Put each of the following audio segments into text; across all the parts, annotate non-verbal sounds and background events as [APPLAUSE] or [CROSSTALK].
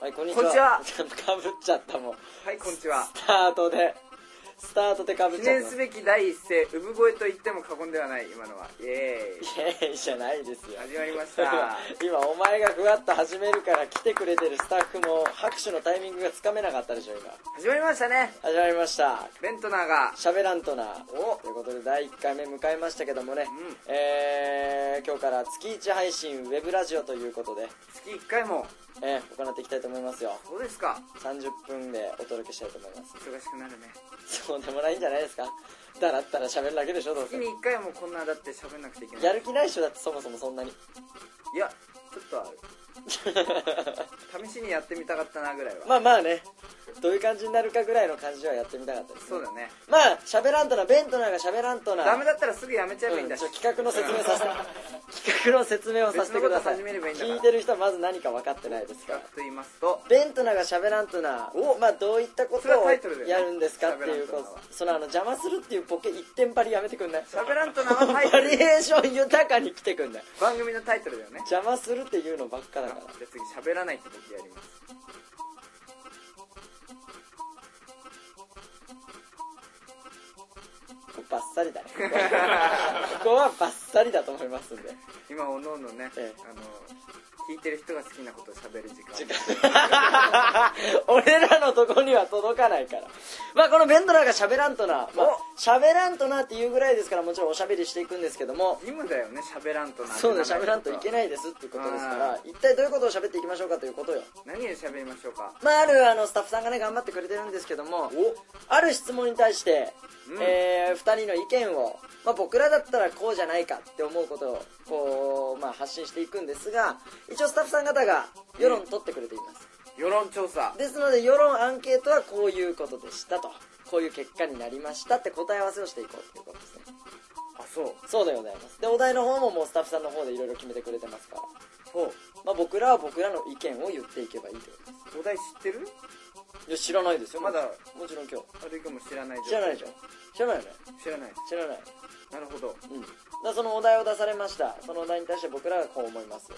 はい、こんにこんにちは [LAUGHS] かぶっちゃったもん。はいこんにちはスタートで、スタートでかぶっ記ちゃっ念たす。べき第一声産声と言っても過言ではない今のはイエーイイエーイじゃないですよ。始まりました今、お前がふわっと始めるから来てくれてるスタッフも拍手のタイミングがつかめなかったでしょ、今。始まりましたね始まりました。ベントナーがしゃべらんとな。おということで第1回目迎えましたけどもね、うえー今日から月1配信ウェブラジオということで、月1回もえー行っていきたいと思いますよどうですか30分でお届けしたいと思います忙しくなるねそうでもないんじゃないですかだらったら喋るだけでしょどう月せに1回もこんなだって喋んなくちゃいけないやる気ないでしょだってそもそもそんなに [LAUGHS] いやちょっとある試しにやってみたかったなぐらいは、まあまあねどういう感じになるかぐらいの感じはやってみたかったです、ね、そうだねまあ喋らんとなベントナーが喋らんとなダメだったらすぐやめちゃえばいいんうんだし、ちょ企画の説明さ [LAUGHS] せて企画の説明をさせてください別のこと始めればいいんだから聞いてる人はまず何か分かってないですか企画らと言いますとベントナーが喋らんとなおまあどういったこそとれはをタイトルだよねやるんですかっていう喋こらんとなはとそのあの邪魔するっていうボケ一点張りやめてくんない喋らんと生タイトバルリエーション豊かに来てくんない番組のタイトルだよね邪魔するっていうのばっかだじゃかあ次喋らないって時やりますらバッサリだねここはバッサリだと思いますんで [LAUGHS] 今おのおのね、ええあの聞いてる人が好きなことを喋る時間時間俺らのとこには届かないからまあこのベントナーが喋らんとな、まあ、喋らんとなっていうぐらいですからもちろんおしゃべりしていくんですけども義務だよね喋らんとなそうね喋らんといけいないですっていうことですかあら一体どういうことを喋っていきましょうかということよ何で喋りましょうかまああるあのスタッフさんがね頑張ってくれてるんですけどもある質問に対して、うんえ2人の意見を、まあ、僕らだったらこうじゃないかって思うことをこう、まあ、発信していくんですが一応スタッフさん方が世論取ってくれています、世論調査ですので世論アンケートはこういうことでしたとこういう結果になりましたって答え合わせをしていこうということですねあそうそうでございますでお題の方ももうスタッフさんの方でいろいろ決めてくれてますから、そうまあ、僕らは僕らの意見を言っていけばいいということでお題知ってるすいや知らないですよまだもちろん今日あるいかも知らない知らないでしょ知らないよね知らない知らないなるほどうんだからそのお題を出されましたそのお題に対して僕らがこう思います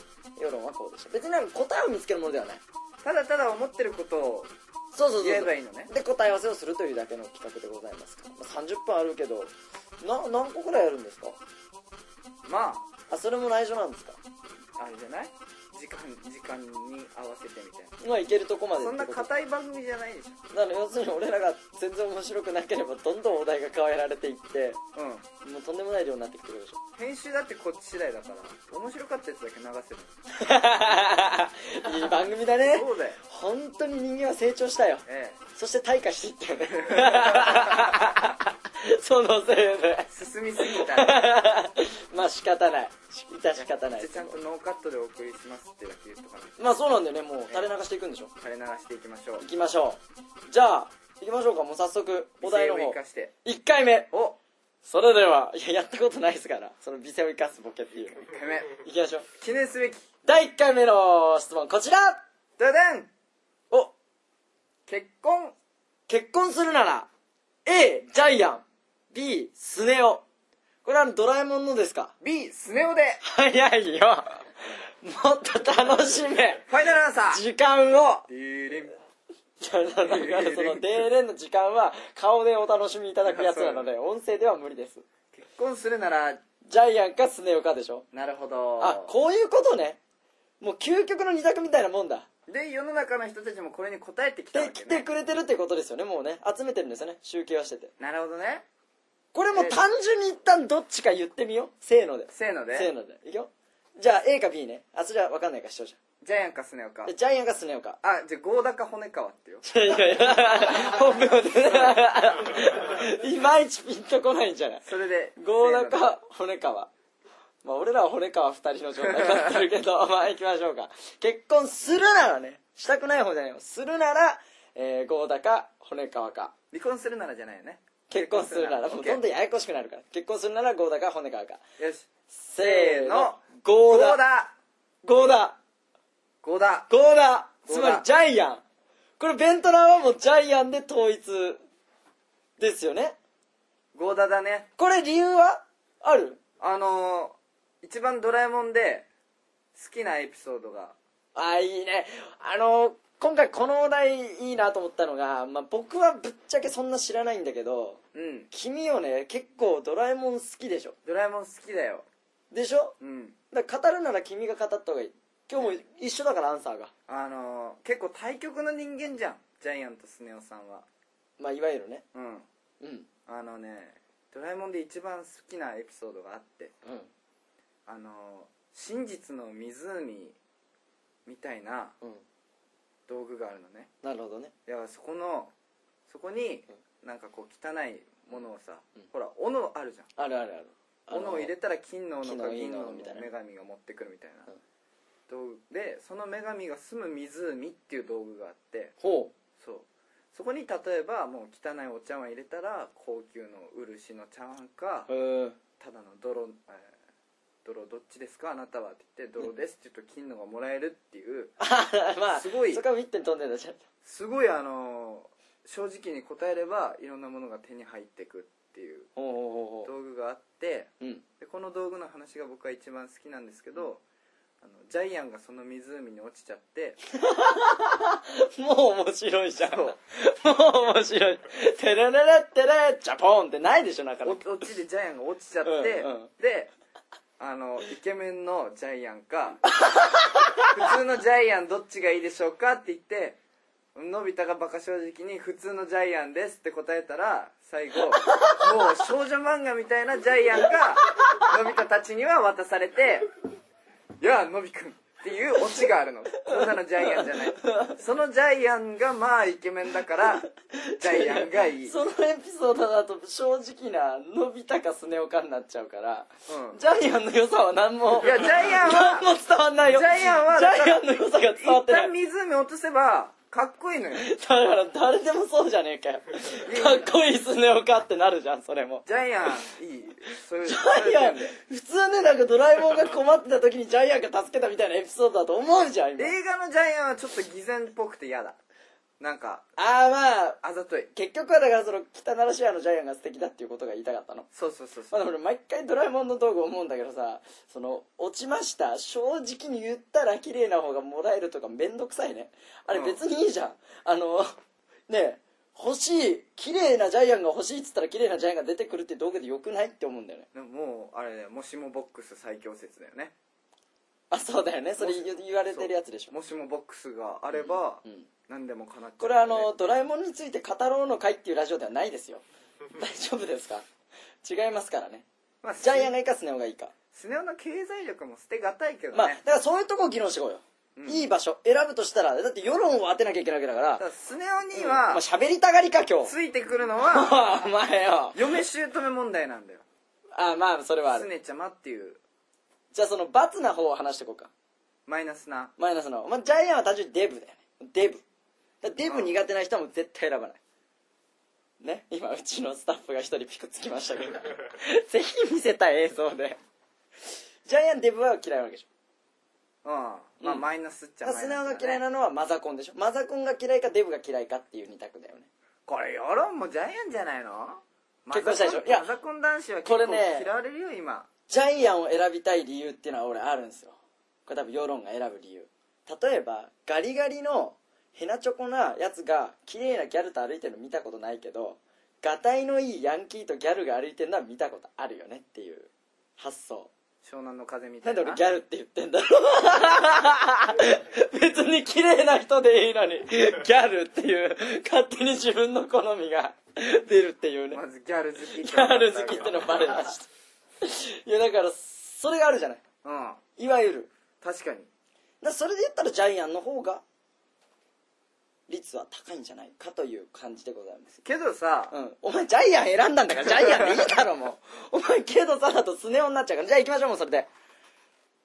世論はこうでした別になんか答えを見つけるものではないただただ思ってることをそうそうそうそう言えばいいのねで答え合わせをするというだけの企画でございますから、まあ、30分あるけどな何個くらいやるんですかまああそれも内緒なんですかあれじゃない時間時間に合わせてみたいなまあいけるとこまでっそてんこなと硬い番組じゃないでしだから要するに俺らが全然面白くなければどんどんお題が変えられていってょうんもうとんでもない量になってきてくるでしょ [LAUGHS] 編集だってこっち次第だから面白かったやつだけ流せるいい番組だねそうだよ本当に人間は成長したよええそして退化していったよね [LAUGHS] そのせいで [LAUGHS] 進みすぎたらまあ仕方ないしいた仕方ないじゃあちゃんとノーカットでお送りしますってだけ言っとかないまあそうなんだよねもう垂れ流していくんでしょと垂れ流していきましょう行きましょうじゃあ行きましょうかもう早速お題の美声を方生かして1回目おそれではいややったことないですからその美声を生かすボケっていう1回目行きましょう記念すべき第1回目の質問こちらダダンお結婚結婚するなら A ジャイアン B スネ夫これはあのドラえもんのですか B スネ夫で早いよもっと楽しめファイナルアンサー時間をデューリンいやだからその「デーレン」の時間は顔でお楽しみいただくやつなの [LAUGHS] で音声では無理です結婚するならジャイアンかスネ夫かでしょなるほどあこういうことねもう究極の二択みたいなもんだで世の中の人たちもこれに答えてきたわでけ来てねくれてるってことですよねもうね集めてるんですよね集計をしててなるほどねこれもう単純に一旦どっちか言ってみようせーのでせーのでせーのでいくよじゃあ A か B ねあそれは分かんないから視聴者ジャイアンかスネ夫かでジャイアンかスネ夫かあじゃあゴーダか骨川ってよいやいやいや [LAUGHS] 本名でいまいちピンとこないんじゃないそれでゴーせダーのでか骨川まあ俺らは骨川2人の状態になってるけど [LAUGHS] まあ行きましょうか結婚するならねしたくない方じゃないよするなら、えー、ゴーダか骨川か離婚するならじゃないよね結婚するならも結婚うすどるなんらどんややこしくなるから結婚するならゴーダか骨川か OK よしせーのゴゴーーダダゴーダゴーダゴーダゴつーダまりジャイアンこれベントラーはもうジャイアンで統一ですよねゴーダだねこれ理由はあるあのー、一番ドラえもんで好きなエピソードがあいいねあの今回このお題いいなと思ったのが、まあ、僕はぶっちゃけそんな知らないんだけどうん君よね結構ドラえもん好きでしょドラえもん好きだよでしょうんだから語るなら君が語った方がいい今日も一緒だからアンサーがあのー結構対局の人間じゃんジャイアントスネ夫さんはまあいわゆるねうんうんあのねドラえもんで一番好きなエピソードがあってうんあの真実の湖みたいなうん道具があるのねなるほどねだからそこのそこになんかこう汚いものをさ、ほら斧あるじゃんあるあるあるあ斧を入れたら金の金斧のかいい銀のの斧みたいな女神が持ってくるみたいなうん道具でその女神が住む湖っていう道具があってほそうそこに例えばもう汚いお茶碗入れたら高級の漆の茶碗かうへえただの泥、えー泥どっちですかあなたはって言って泥ですって言うと金のがもらえるっていうあ [LAUGHS] まあすごいそこは一点飛んでんだじゃんすごいあのー正直に答えればいろんなものが手に入ってくっていうほうほうほうほ道具があってううんでこの道具の話が僕は一番好きなんですけど、あのジャイアンがその湖に落ちちゃって [LAUGHS] もう面白いじゃんそもうう面白い「テレレレテレジャポン」ってないでしょなかなかお落ちでジャイアンが落ちちゃって、うんうんであのイケメンのジャイアンか普通のジャイアンどっちがいいでしょうかって言ってのび太がバカ正直に「普通のジャイアンです」って答えたら最後もう少女漫画みたいなジャイアンがのび太たちには渡されて「いやのびくん」っていうオチがあるのそんなのジャイアンじゃないそのジャイアンがまあイケメンだからジャイアンがいい、そのエピソードだと正直なのび太かスネ夫かになっちゃうからうんジャイアンの良さは何もいやジャイアンは何も伝わんないよジャイアンはジだからャイアンの良さが伝わっ一てない旦湖落とせばかっこいいのよだから誰でもそうじゃねえかよかっこいいスネ夫かってなるじゃんそれもジャイアンいいそういうジそうャいうイアン点で普通ねなんかドラえもんが困ってた時にジャイアンが助けたみたいなエピソードだと思うじゃん今映画のジャイアンはちょっと偽善っぽくて嫌だなんかああまああざとい結局はだからその北なら市アのジャイアンが素敵だっていうことが言いたかったのそうそうそうまそあうでも俺毎回ドラえもんの道具思うんだけどさその落ちました正直に言ったら綺麗な方がもらえるとかめんどくさいねあれうん別にいいじゃん、あのねえ欲しい綺麗なジャイアンが欲しいっつったら綺麗なジャイアンが出てくるって道具でよくないって思うんだよねでももうあれだよもしもボックス最強説だよねあそうだよねそれ言言われてるやつでしょもしもボックスがあればうん何でも叶っちゃう、これあの「ドラえもんについて語ろうの会」っていうラジオではないですよ大丈夫ですか違いますからねまあ、ジャイアンンがいいかスネ夫がいいかスネ夫の経済力も捨てがたいけどね、まあ、だからそういうとこを議論していこうよ、うんいい場所選ぶとしたらだって世論を当てなきゃいけないわけだからただスネ夫にまはあ喋りたがりか今日ついてくるのは [LAUGHS] お前よ嫁姑問題なん [LAUGHS] だよあまあそれはあスるネちゃまっていうじゃあその罰な方を話していこうかマイナスなマイナスの、まあ、ジャイアンは単純にデブだよねデブだからデブ苦手な人はもう絶対選ばないね今うちのスタッフが一人ピクつきま [LAUGHS] したけどぜひ見せたい映像でジャイアンデブは嫌いなわけでしょうんまあうんマイナスっちゃだマからイナスネスだ夫ねが嫌いなのはマザコンでしょマザコンが嫌いかデブが嫌いかっていう二択だよねこれ世論もジャイアンじゃないの結婚したでしょマザコンいやマザコン男子は結これ構ね嫌われるよ今ジャイアンを選びたい理由っていうのは俺あるんですよこれ多分世論が選ぶ理由例えばガリガリのヘナチョコなやつが綺麗なギャルと歩いてるの見たことないけどガタイのいいヤンキーとギャルが歩いてるのは見たことあるよねっていう発想湘南の風みないたんでな俺ギャルって言ってんだろう別に綺麗な人でいいのにギャルっていう勝手に自分の好みが出るって [LAUGHS] いうねまずギャル好きギャル好きってのバレましたいやだからそれがあるじゃないうんいわゆる確かにだからそれで言ったらジャイアンの方が率は高いんじゃないかという感じでございますけどさ、うんお前ジャイアン選んだんだからジャイアンでいいだろもう [LAUGHS] お前けどさだとスネ夫になっちゃうからじゃあ行きましょうもうそれで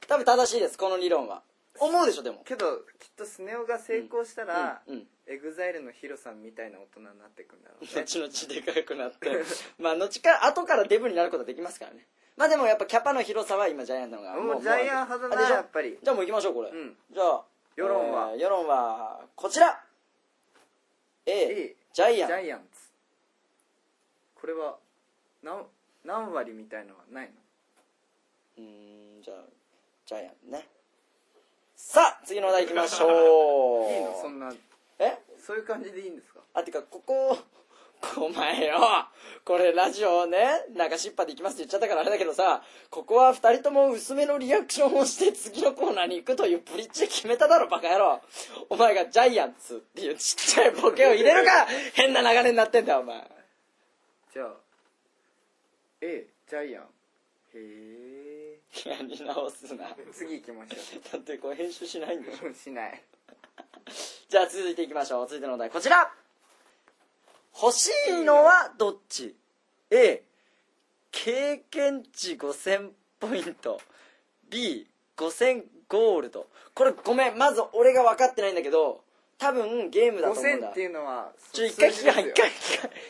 多分正しいですこの理論は思うでしょでもけどきっとスネ夫が成功したら、うんうんエグザイルのヒロさんみたいな大人になってくんだろうね後々でかくなってまあ後から後からデブになることはできますからねまあでもやっぱキャパの広さは今ジャイアンの方がもうジャイアン派だあなでしょやっぱりじゃあもう行きましょうこれ、うんじゃあ世論はえー世論はこちら A A ジャジイアンャイアンツこれは何何割みたいのはないのうーんじゃあジャイアンねさあ次のお題行きましょう [LAUGHS] いいのそんなえそういう感じでいいんですかあてかこここ [LAUGHS] お前よこれラジオね流しっぱで行きますって言っちゃったからあれだけどさここは2人とも薄めのリアクションをして次のコーナーに行くというブリッジ決めただろバカ野郎お前がジャイアンツっていうちっちゃいボケを入れるから変な流れになってんだよお前じゃあ A ジャイアンへえいやり直すな次行きましょだってこれ編集しないんだよ [LAUGHS] うしないじゃあ続いていきましょう続いてのお題こちら欲しいのはどっち A 経験値5000ポイント B5000 ゴールドこれごめんまず俺が分かってないんだけど多分ゲームだと思うん5000だっていうのはちょ一回聞か数な字一回聞ですよか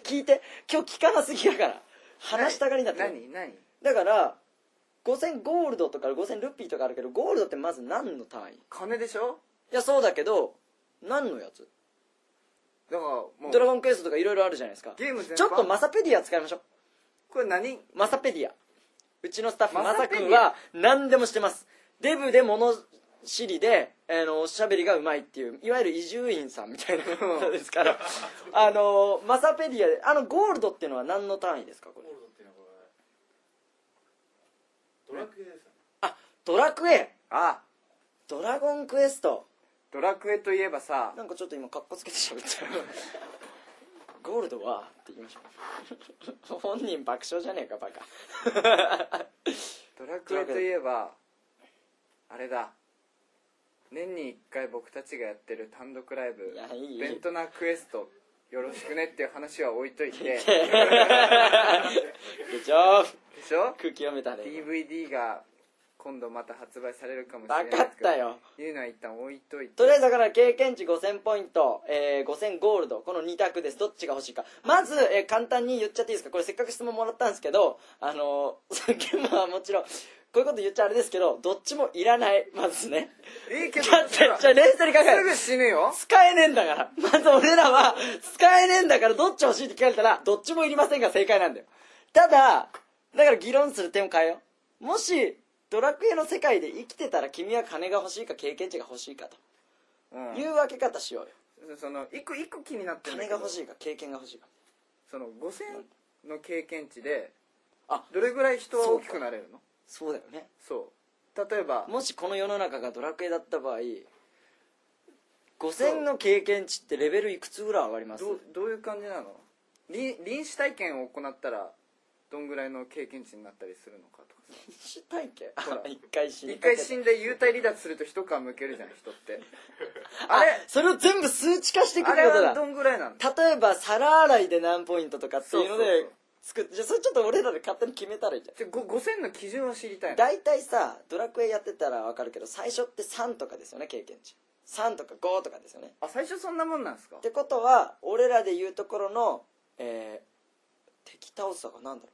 聞いて今日聞かなすぎやから話したがりになってる何何だから5000ゴールドとか5000ルピーとかあるけどゴールドってまず何の単位い金でしょやそうだけど何のやつだからもうドラゴンクエストとかいろいろあるじゃないですかゲーム全般ちょっとマサペディア使いましょうこれ何マサペディアうちのスタッフママササペディア君は何でもしてますデブで物知りで、あのおしゃべりがうまいっていういわゆる伊集院さんみたいな方ですからあのマサペディアであのゴールドっていうのは何の単位ですかこれゴールドっていうのはこれドラクエですよねあドラクエあドラゴンクエストドラクエといえばさなんかちょっと今カッコつけて喋っちゃうゴールドはって言いましょう本人爆笑じゃねえかバカドラクエといえばあれだ年に1回僕たちがやってる単独ライブいやいいベ [LAUGHS] ントナークエストよろしくねっていう話は置いといてでグッジョブしょ空気読めたね DVD が今度また発売されるかもしれない分ですかっけどたよいうのは一旦置いといてとりあえずだから経験値5000ポイント、えー5000ゴールドこの2択ですどっちが欲しいかまず、えー簡単に言っちゃっていいですかこれせっかく質問もらったんですけどあのー [LAUGHS] さっきまあもちろんこういうこと言っちゃあれですけどどっちもいらないまずねええけだどってじゃあ冷静に考えするぐ死ぬよ使えねえんだからまず俺らは使えねえんだからどっち欲しいって聞かれたらどっちもいりませんが正解なんだよただだから議論する点を変えようもしドラクエの世界で生きてたら君は金が欲しいか経験値が欲しいかうんという分け方しようよその一個一個気になってるん金だけがど欲しいか経験が欲しいかその5000の経験値であどれぐらい人は大きくなれるのそうだよねそう例えばもしこの世の中がドラクエだった場合5000の経験値ってレベルいくつぐらい上がりますどうどういう感じなの臨臨死体験を行ったらどんぐらいの経験値になったりするのかとかさ死体験ほら [LAUGHS] 一回死に一かけ回た死んで幽体離脱すると一皮むけるじゃん人ってあれそれを全部数値化していくあってれことだはどんぐらいなの例えば皿洗いで何ポイントとかっていうのでそうそうそう作ってじゃあそれちょっと俺らで勝手に決めたらいいじゃでご5000の基準を知りたいんの大体さドラクエやってたら分かるけど最初って3とかですよね経験値3とか5とかですよねあ最初そんなもんなんですかってことは俺らで言うところの、えー敵倒すとかなんだろう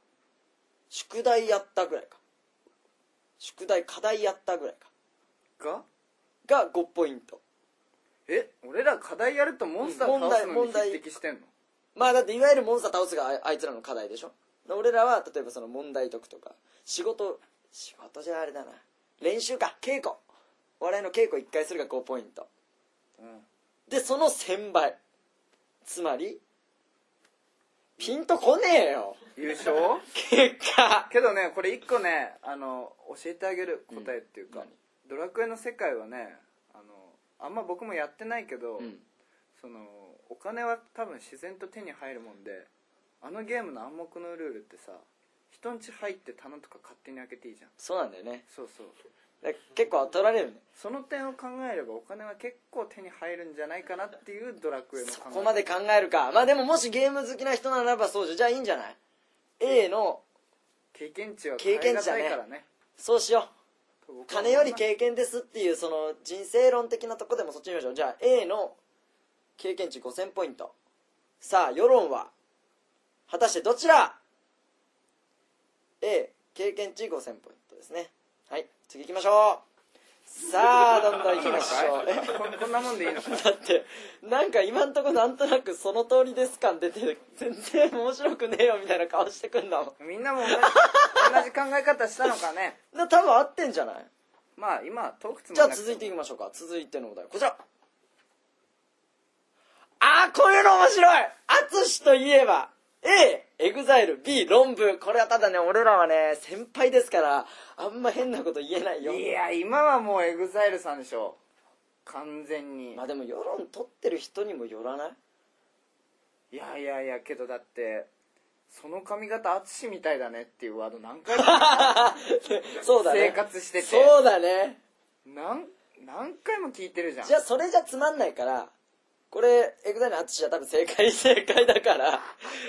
宿題やったぐらいか宿題課題やったぐらいかがが5ポイントえ俺ら課題やるとモンスター倒すの問題問に題匹敵してんのまあだっていわゆるモンスター倒すがああいつらの課題でしょ俺らは例えばその問題解くとか仕事仕事じゃあれだな練習か稽古お笑いの稽古1回するが5ポイントうんでその1000倍つまりピンとこねえよ優勝結果けどねこれ一個ねあの教えてあげる答えっていうか、うん何ドラクエの世界はねあのあんま僕もやってないけど、うんそのお金は多分自然と手に入るもんであのゲームの暗黙のルールってさ人ん家入って棚とか勝手に開けていいじゃんそうなんだよねそうそうだから結構取られるねその点を考えればお金は結構手に入るんじゃないかなっていうドラクエの考そえこまで考えるかまあでももしゲーム好きな人ならばそうじゃじゃあいいんじゃない A の経験値は経変え験が値だたねいからねそうしよう僕は金より経験ですっていうその人生論的なとこでもそっち見ましょうじゃあ A の経験値5000ポイントさあ世論は果たしてどちら A 経験値5000ポイントですねはい次行きましょうさあどんどん行きましょうえここんなもんでいいのかだってなんか今んとこなんとなくその通りです感出て全然面白くねえよみたいな顔してくんだもんみんなも同じ同じ考え方したのかねな多分合ってんじゃないまあ今トークじつゃまんあなく続いていもきましょうか続いてのお題こちらあーこういうの面白い淳といえば A エグザイル B 論文これはただね俺らはね先輩ですからあんま変なこと言えないよいや今はもうエグザイルさんでしょ完全に、まあでも世論取ってる人にもよらない [LAUGHS] いやいやいやけどだってその髪型淳みたいだねっていうワード何回もそうだね生活しててそうだね何何回も聞いてるじゃんじゃあそれじゃつまんないからこれエグザイルの淳は多分正解正解だから、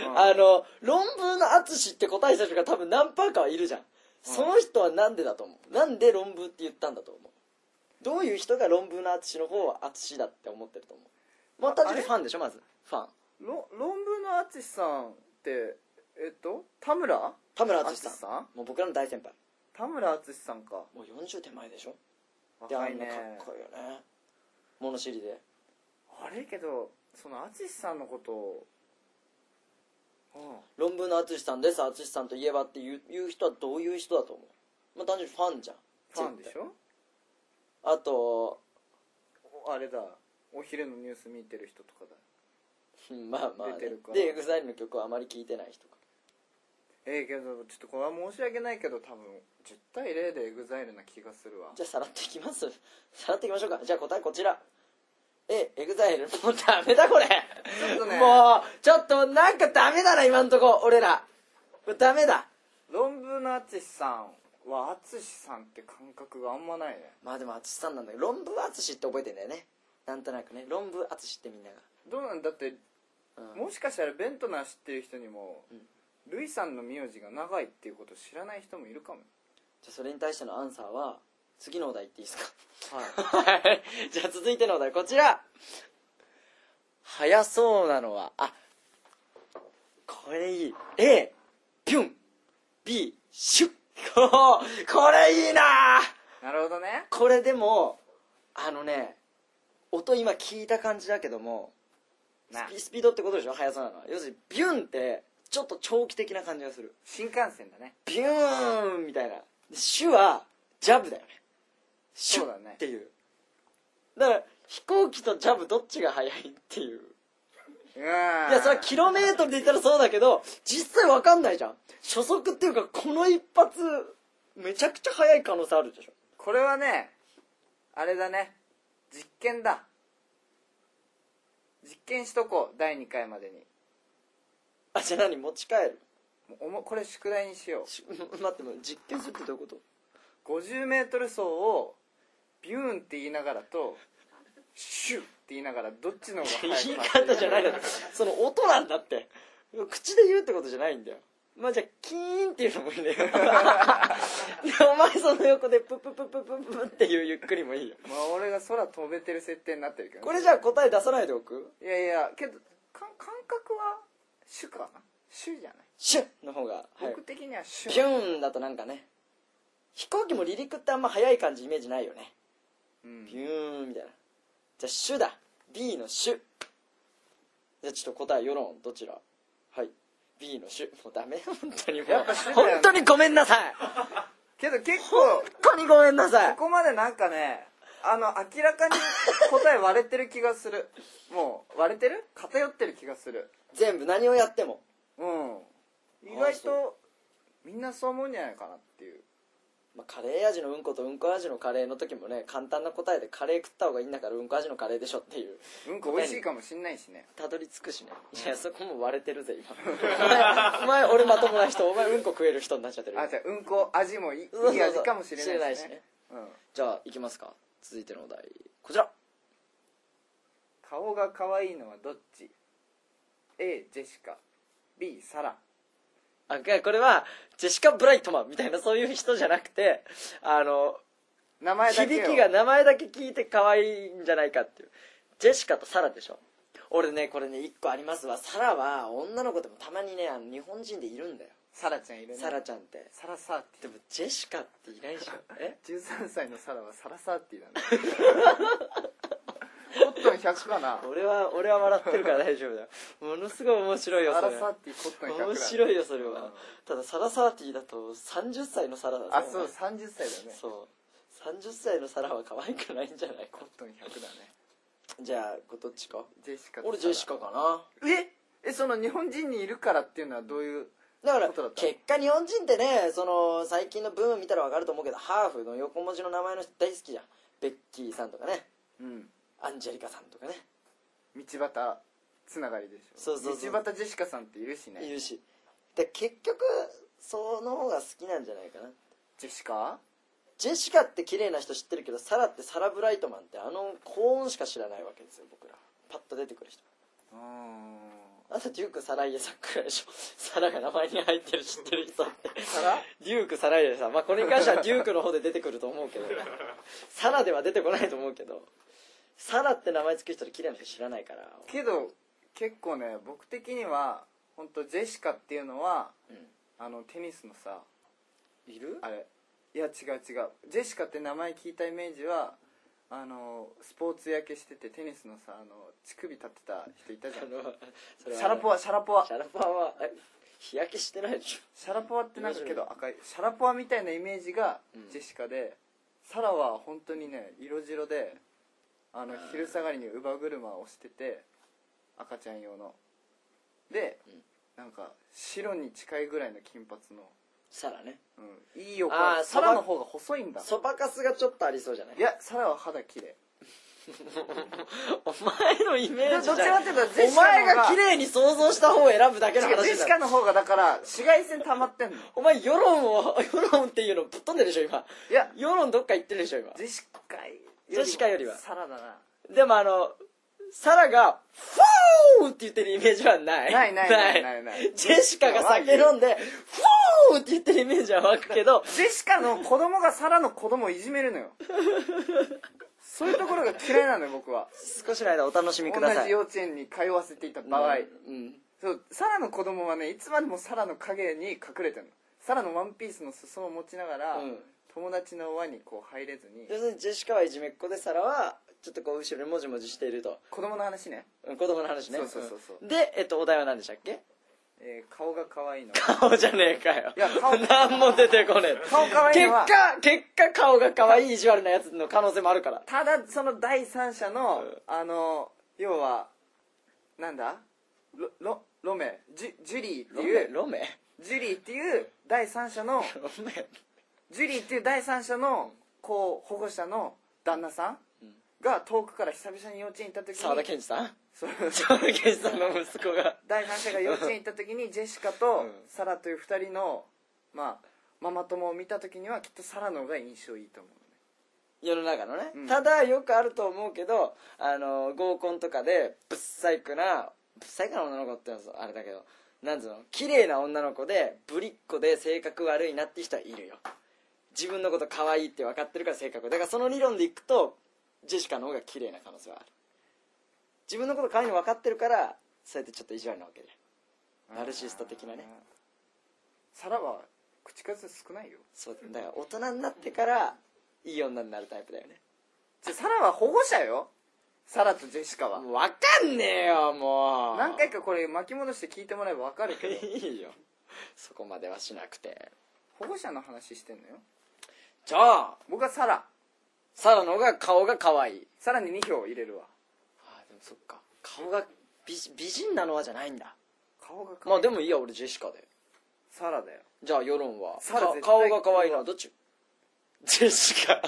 うんあの論文の淳って答えた人が多分何パーかはいるじゃん、その人はなんでだと思うなんで論文って言ったんだと思うどういう人が論文の淳の方は淳だって思ってると思うまあ単純にファンでしょまずファンろ論文の淳さんってえっと田村田村淳さん淳さんもう僕らの大先輩田村淳さんかもう40手前でしょであ若いんなねかっこいいよね物知りであれけどその淳さんのことをうん論文の淳さんです淳さんといえばっていういう人はどういう人だと思うまあ単純にファンじゃんファンでし絶ょ対あと、おあれだお昼のニュース見てる人とかだうんまあまあね、出てるからで EXILE の曲をあまり聴いてない人かええけどちょっとこれは申し訳ないけど多分10対0でエグザイルな気がするわじゃあさらっていきます [LAUGHS] さらっていきましょうかじゃあ答えこちらえ EXILE [LAUGHS] もうダメだこれょっとねもうちょっとなんかダメだな今んとこ俺らこれダメだ論文の淳さんは淳さんって感覚があんまないねまあでも淳さんなんだけど論文淳って覚えてんだよねなんとなくね論文淳ってみんながどうなんだって、うんもしかしたらベントナー知ってる人にも、ルイさんの名字が長いっていうことを知らない人もいるかもじゃあそれに対してのアンサーは次のお題いっていいですかはいはいじゃあ続いてのお題こちら早そうなのはあこれいい A ピュン B シュッ [LAUGHS] おーこれいいななるほどねこれでもあのね音今聞いた感じだけどもスなピスピードってことでしょ速そうなのは要するにビュンってちょっと長期的な感じがする新幹線だねビューンみたいなでシュはジャブだよねシュそうだねっていうだから飛行機とジャブどっちが速いっていううんいいややそれはキロメートルで言ったらそうだけど実際わかんないじゃん初速っていうかこの一発めちゃくちゃ速い可能性あるでしょこれはねあれだね実験だ実験しとこう第2回までにあじゃあ何持ち帰るもうおもこれ宿題にしよし待ってもう実験するってどういうことう 50m 走をビューンって言いながらとシュッって言いながらどっちの方言がい速い方じゃないだろその音なんだって口で言うってことじゃないんだよまあじゃあキーンっていうのもいいんだよでお前その横でプップップップップップっていうゆっくりもいいよまあ俺が空飛べてる設定になってるけどね、これじゃあ答え出さないでおくいやいやけどかん感覚は主かな主じゃないシュッの方が早い僕的には主ピューンだとなんかね飛行機も離陸ってあんま速い感じイメージないよねうんビューンみたいなじゃあ「シュ」だ B の「シュ」じゃあちょっと答え世論どちらはい B の「シュ」もうダメ本当にもうやっぱシュだよね本当にごめんなさいけど結構本当にごめんなさいここまでなんかねあの明らかに答え割れてる気がする [LAUGHS] もう割れてる偏ってる気がする全部何をやってもうん意あ外そとみんなそう思うんじゃないかなっていうまあカレー味のうんことうんこ味のカレーの時もね簡単な答えでカレー食った方がいいんだからうんこ味のカレーでしょっていううんこ美味しいかもしんないしねたどり着くしねいやそこも割れてるぜ今お前お前俺まともな人お前うんこ食える人になっちゃってるあじゃあうんこ味もいいそうそうそういい味かもしれ知れなないいししねねうんじゃあいきますか続いてのお題こちら顔が可愛いのはどっち A ジェシカ B サラあがこれはジェシカ・ブライトマンみたいなそういう人じゃなくてあの名前だけを響きが名前だけ聞いて可愛いんじゃないかっていうジェシカとサラでしょ俺ねこれね一個ありますわサラは女の子でもたまにねあの日本人でいるんだよサラちゃんいるねサラちゃんってサラサーでテもジェシカっていないじゃんえィ13歳のサラはサラサーティだね [LAUGHS] コットン100かな俺は俺は笑ってるから大丈夫だよものすごい面白いよサそラれサーティコットン100だ面白いよよそれはただサラサーティだと30歳のサラだあそう30歳だねそう30歳のサラは可愛くないんじゃないコットン100だねじゃあこどっちかジェシカと俺ジェシカかなええその日本人にいるからっていうのはどういうだからことだったの結果日本人ってねその最近のブーム見たら分かると思うけどハーフの横文字の名前の人大好きじゃんベッキーさんとかねうんアンジェリカさんとかね道端つながりでしょそうそうそう道端ジェシカさんっているしいねるしで結局その方が好きなんじゃないかなジェシカジェシカって綺麗な人知ってるけどサラってサラ・ブライトマンってあの高音しか知らないわけですよ僕らパッと出てくる人うんあとデューク・サライエさんくらいでしょサラが名前に入ってる知ってる人ってサラデューク・サライエさんまあこれに関してはデュークの方で出てくると思うけどサラでは出てこないと思うけどサラって名前つける人って綺麗な人知らないからけど結構ね僕的には本当ジェシカっていうのはうんあのテニスのさいるあれいや違う違うジェシカって名前聞いたイメージはあのスポーツ焼けしててテニスのさあの乳首立ってた人いたじゃあのそんれはシャラポワシャラポワシャラポワはえ日焼けしてないでしょシャラポワってなんかけど赤いシャラポワみたいなイメージがうんジェシカで、サラは本当にね色白であのー昼下がりに乳母車をしてて赤ちゃん用ので、うんなんか白に近いぐらいの金髪の、サラねうん、いいよあーサラの方が細いんだそばかすがちょっとありそうじゃないいやサラは肌綺麗お前のイメージじゃんどっちかっていうとジェおシカの方が前が綺麗に想像した方を選ぶだけの違うジェ話シだカの方がだから紫外線溜まってんのお前世論を世論っていうのぶっ飛んでるでしょ今いや世論どっか行ってるでしょ今ジェシカよりジェシカよりはサラだなでもあのサラが「フォー!」って言ってるイメージはないないないないないな [LAUGHS] いジェシカが酒飲んで「フォー!」って言ってるイメージは湧くけどジェシカの子供がサラの子供をいじめるのよそういうところが嫌いなのよ僕は [LAUGHS] 少しの間お楽しみくだ同さじい幼稚園に通わせていた場合、うんそうサラの子供はねいつまでもサラの影に隠れてるのサラのワンピースの裾を持ちながら、うん友達の輪にこう入れずに要するにジェシカはいじめっ子でサラはちょっとこう後ろにもじもじしていると子供の話ね、うん子供の話ねそうそうそうそうんで、えっと、お題は何でしたっけえー顔が可愛いの顔じゃねえかよいや顔何も出てこねえ顔可愛いのは結果結果顔が可愛い意地悪なやつの可能性もあるからただその第三者の、うんあの要はなんだロロロメジュジュリーっていうロメジュリーっていう第三者のロメジュリーっていう第三者のこう保護者の旦那さんうんが遠くから久々に幼稚園行った時に沢田研二さんそう沢田研二さんの息子が第三者が幼稚園行った [LAUGHS] 時にジェシカとうんサラという二人の、まあ、ママ友を見た時にはきっとサラの方が印象いいと思う世の中のね、うんただよくあると思うけどあの合コンとかでぶっイクなぶっイクな女の子ってのはそうあれだけどなんつうの綺麗な女の子でぶりっ子で性格悪いなって人はいるよ自分のこと可愛いって分かってるから性格だからその理論でいくとジェシカの方が綺麗な可能性はある自分のこと可愛いの分かってるからそうやってちょっと意地悪なわけでナルシスト的なねサラは口数少ないよそうだから大人になってからいい女になるタイプだよねじゃサラは保護者よサラとジェシカはもう分かんねえよもう何回かこれ巻き戻して聞いてもらえば分かる [LAUGHS] けどいいよそこまではしなくて保護者の話してんのよじゃあ僕はサラサラの方が顔が可愛いさらに2票入れるわあでもそっか顔が美人美人なのはじゃないんだ顔が可ま愛あいでもいいや俺ジェシカでサラだよじゃあ世論はサラか絶対顔が可愛いのはどっちジェシカ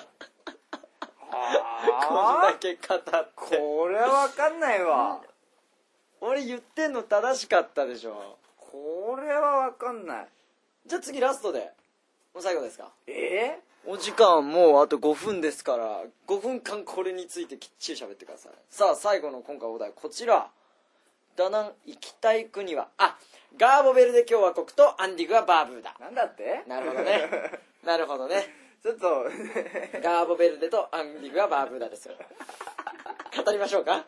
こんだけ語ってこれは分かんないわ俺言ってんの正しかったでしょこれは分かんないじゃあ次ラストでもう最後ですかえお時間もうあと5分ですから5分間これについてきっちり喋ってくださいさあ最後の今回お題こちらダナン行きたい国はあガーボベルデ共和国とアンディグはバーブーだなんだってなるほどねなるほどね [LAUGHS] ちょっと [LAUGHS] ガーボベルデとアンディグはバーブーダですよ語りましょうか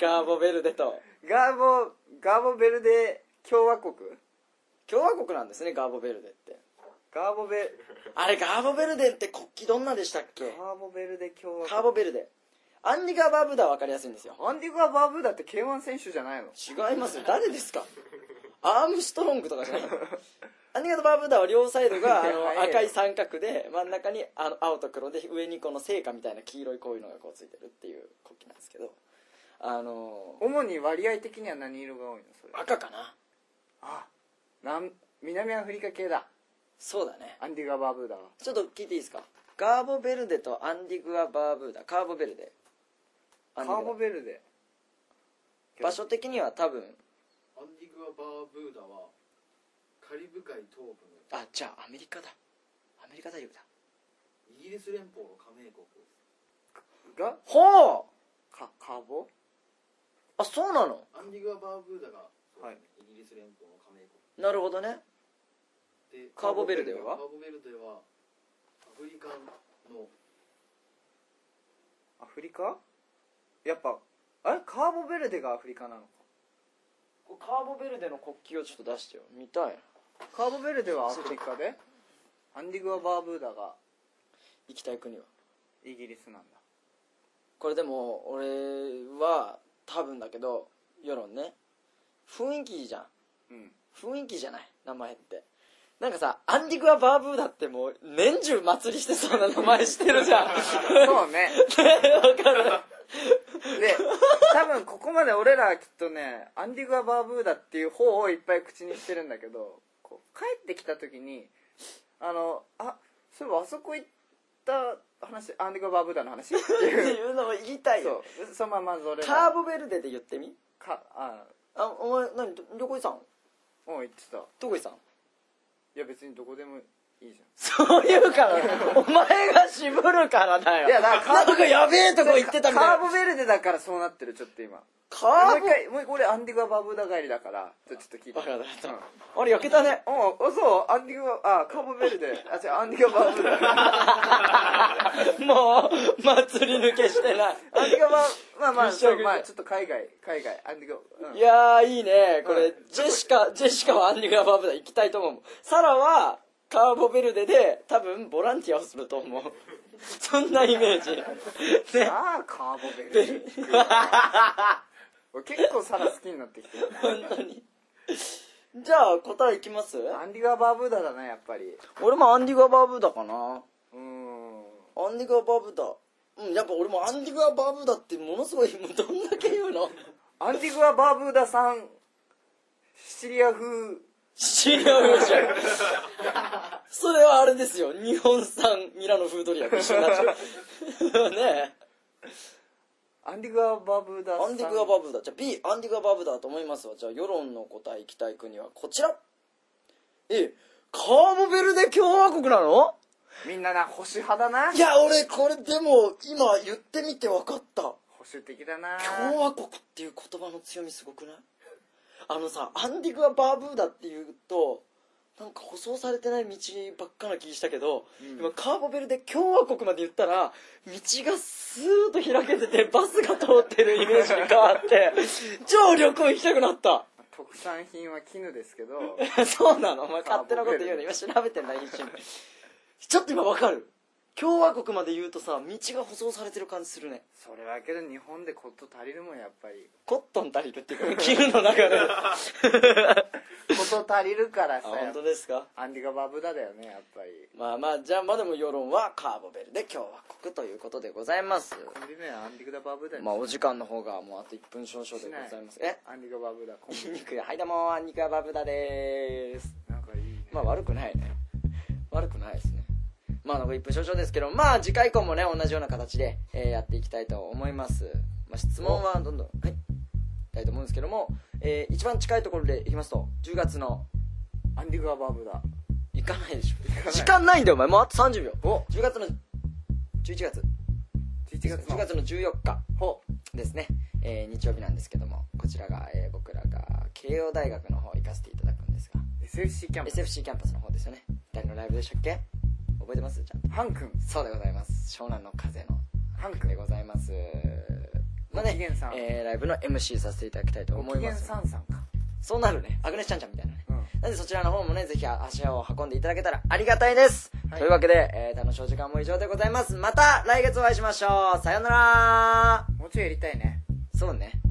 ガーボベルデとガーボガーボベルデ共和国共和国なんですねガーボベルデってガーボベあれガーボベルデって国旗どんなでしたっけガーボベルデ共和ガー国ボベルデアンディグはバーブーダは分かりやすいんですよアンディゴア・バーブーだって K1 選手じゃないの違いますよ誰ですかアームストロングとかじゃないアニガとバーブーダーは両サイドがあいや早のいよ赤い三角で真ん中にあの青と黒で上にこの聖火みたいな黄色いこういうのがこうついてるっていう国旗なんですけどあの主に割合的には何色が多いのそれ赤かなあなん南アフリカ系だそうだねアンディガ・バーブーダはちょっと聞いていいですかガーボベルデとアンディグア・バーブーダカーボベルデカアンディグアーボベルデ場所的には多分アンディグア・バーブーダはカリブ海東部のあじゃあアメリカだアメリカ大陸だイギリス連邦の加盟国がほうカカーボあそうなのアンディグア・バーブーダが、はいイギリス連邦の加盟国なるほどねでカーボベルデカーはボベルデはアフリカのアフリカやっぱあれカーボベルデがアフリカなのかカーボベルデの国旗をちょっと出してよ見たいカーボベルデはアフリカでアンディグア・バーブーダが行きたい国はイギリスなんだこれでも俺は多分だけど世論ね雰囲気じゃんうん [LAUGHS] 雰囲気じゃない名前ってなんかさアンディグア・バーブーダってもう年中祭りしてそうな名前してるじゃん [LAUGHS] そうねわかるで多分ここまで俺らはきっとねアンディグア・バーブーダっていう方をいっぱい口にしてるんだけどこう帰ってきた時にあのあそういえばあそこ行った話アンディグア・バーブーダの話っ [LAUGHS] てっていういうのを言いたいそようそのまままず俺らカーボベルデで言ってみかああお前何どどこ行ってたんもう言ってたいどこ行ってたんや別にどこでもいいじそう言うからお前が渋るからだゃよんいやだからなんかやべえとこ行ってたみたいカなーボベルデだからそうなってるちょっと今カもうー一ボ回もう一回俺アンディグア・バーブーダ帰りだからちょちょっと聞いてバカだうんあれ焼けたねおおそうアンディグアあカーボベルデあ違うアンディグア・ [LAUGHS] バーブーダ [LAUGHS] もう祭り抜けしてないアンディガはまあまあ一緒そうまあ一緒ちょっと海外海外アンディガ、うん、いやーいいねこれ、うんジェシカジェシカはアンディグラバーブだ行きたいと思うサラはカーボベルデで多分ボランティアをすると思う [LAUGHS] そんなイメージねああカーボベルデ俺結構サラ好きになってきてる [LAUGHS] 本当にじゃあ答えいきますアンディガバーブーダだなやっぱり俺もアンディグラバーブだかなうーんアンディグラバーブだうんやっぱ俺もアンディグラバーブだってものすごいもうどんだけ言うのアンディグア・バーブーダさんシチリア風知り合いじゃんそれはあれですよ日本産ミラノフードリアと一緒になっちゃう [LAUGHS] ねえアンディグア・バーブーダさんアンディグア・バブダじゃあ B アンディグア・バブダと思いますわじゃあ世論の答え行きたい国はこちら A カーボベルデ共和国なのみんなな保守派だないや俺これでも今言ってみて分かった保守的だな共和国っていう言葉の強みすごくないあのさアンディグア・バーブーダっていうとなんか舗装されてない道ばっかな気したけど、今カーボベルデ共和国まで言ったら道がスーッと開けててバスが通ってるイメージに変わって超旅行行きたくなった [LAUGHS] 特産品は絹ですけどそうなのお前勝手なこと言うの今調べてんだ一緒にちょっと今わかる共和国まで言うとさ道が舗装されてる感じするねそれはけど日本でこと足りるもんやっぱりコットン足りるっていうか絹の中 [LAUGHS] であこと足りるからさ本当ですかアンディガ・バーブーダだよねやっぱりまあまあじゃあまあでも世論はカーボベルで共和国ということでございますコンビ名はアンディグダバーブーダにまあお時間の方がもうあと1分少々でございますえ [LAUGHS] アンディグダバーブーダコンビ筋肉やはいどうも肉はバブダでーす名なんかいいねまあ悪くないね悪くないですねまあなんか1分少々ですけどまあ次回以降もね同じような形で、えーやっていきたいと思います、まあ、質問はどんどんはいいきたいと思うんですけども、えー一番近いところでいきますと10月のアンディグダバーブーダ行かないでしかなょい時間ないんだよお前もうあと30秒10月の11月11月10の月の14日ですね、えー日曜日なんですけどもこちらが、えー僕らが慶応大学の方行かせていただくんですが SFC キャンプ SFC キャンパスの方ですよね誰のライブでしたっけ覚えてますちゃんとハン君そうでございます湘南の風のハンで君ございますまあご機ね嫌さん、えーライブの MC させていただきたいとご思機い嫌ますさんさんかそうなるねアグネスちゃんちゃんみたいなね、うんなんでそちらの方もねぜひ足を運んでいただけたらありがたいです、はいというわけで、えー、楽しいお時間も以上でございますまた来月お会いしましょうさようならもうちょいやりたいねそうね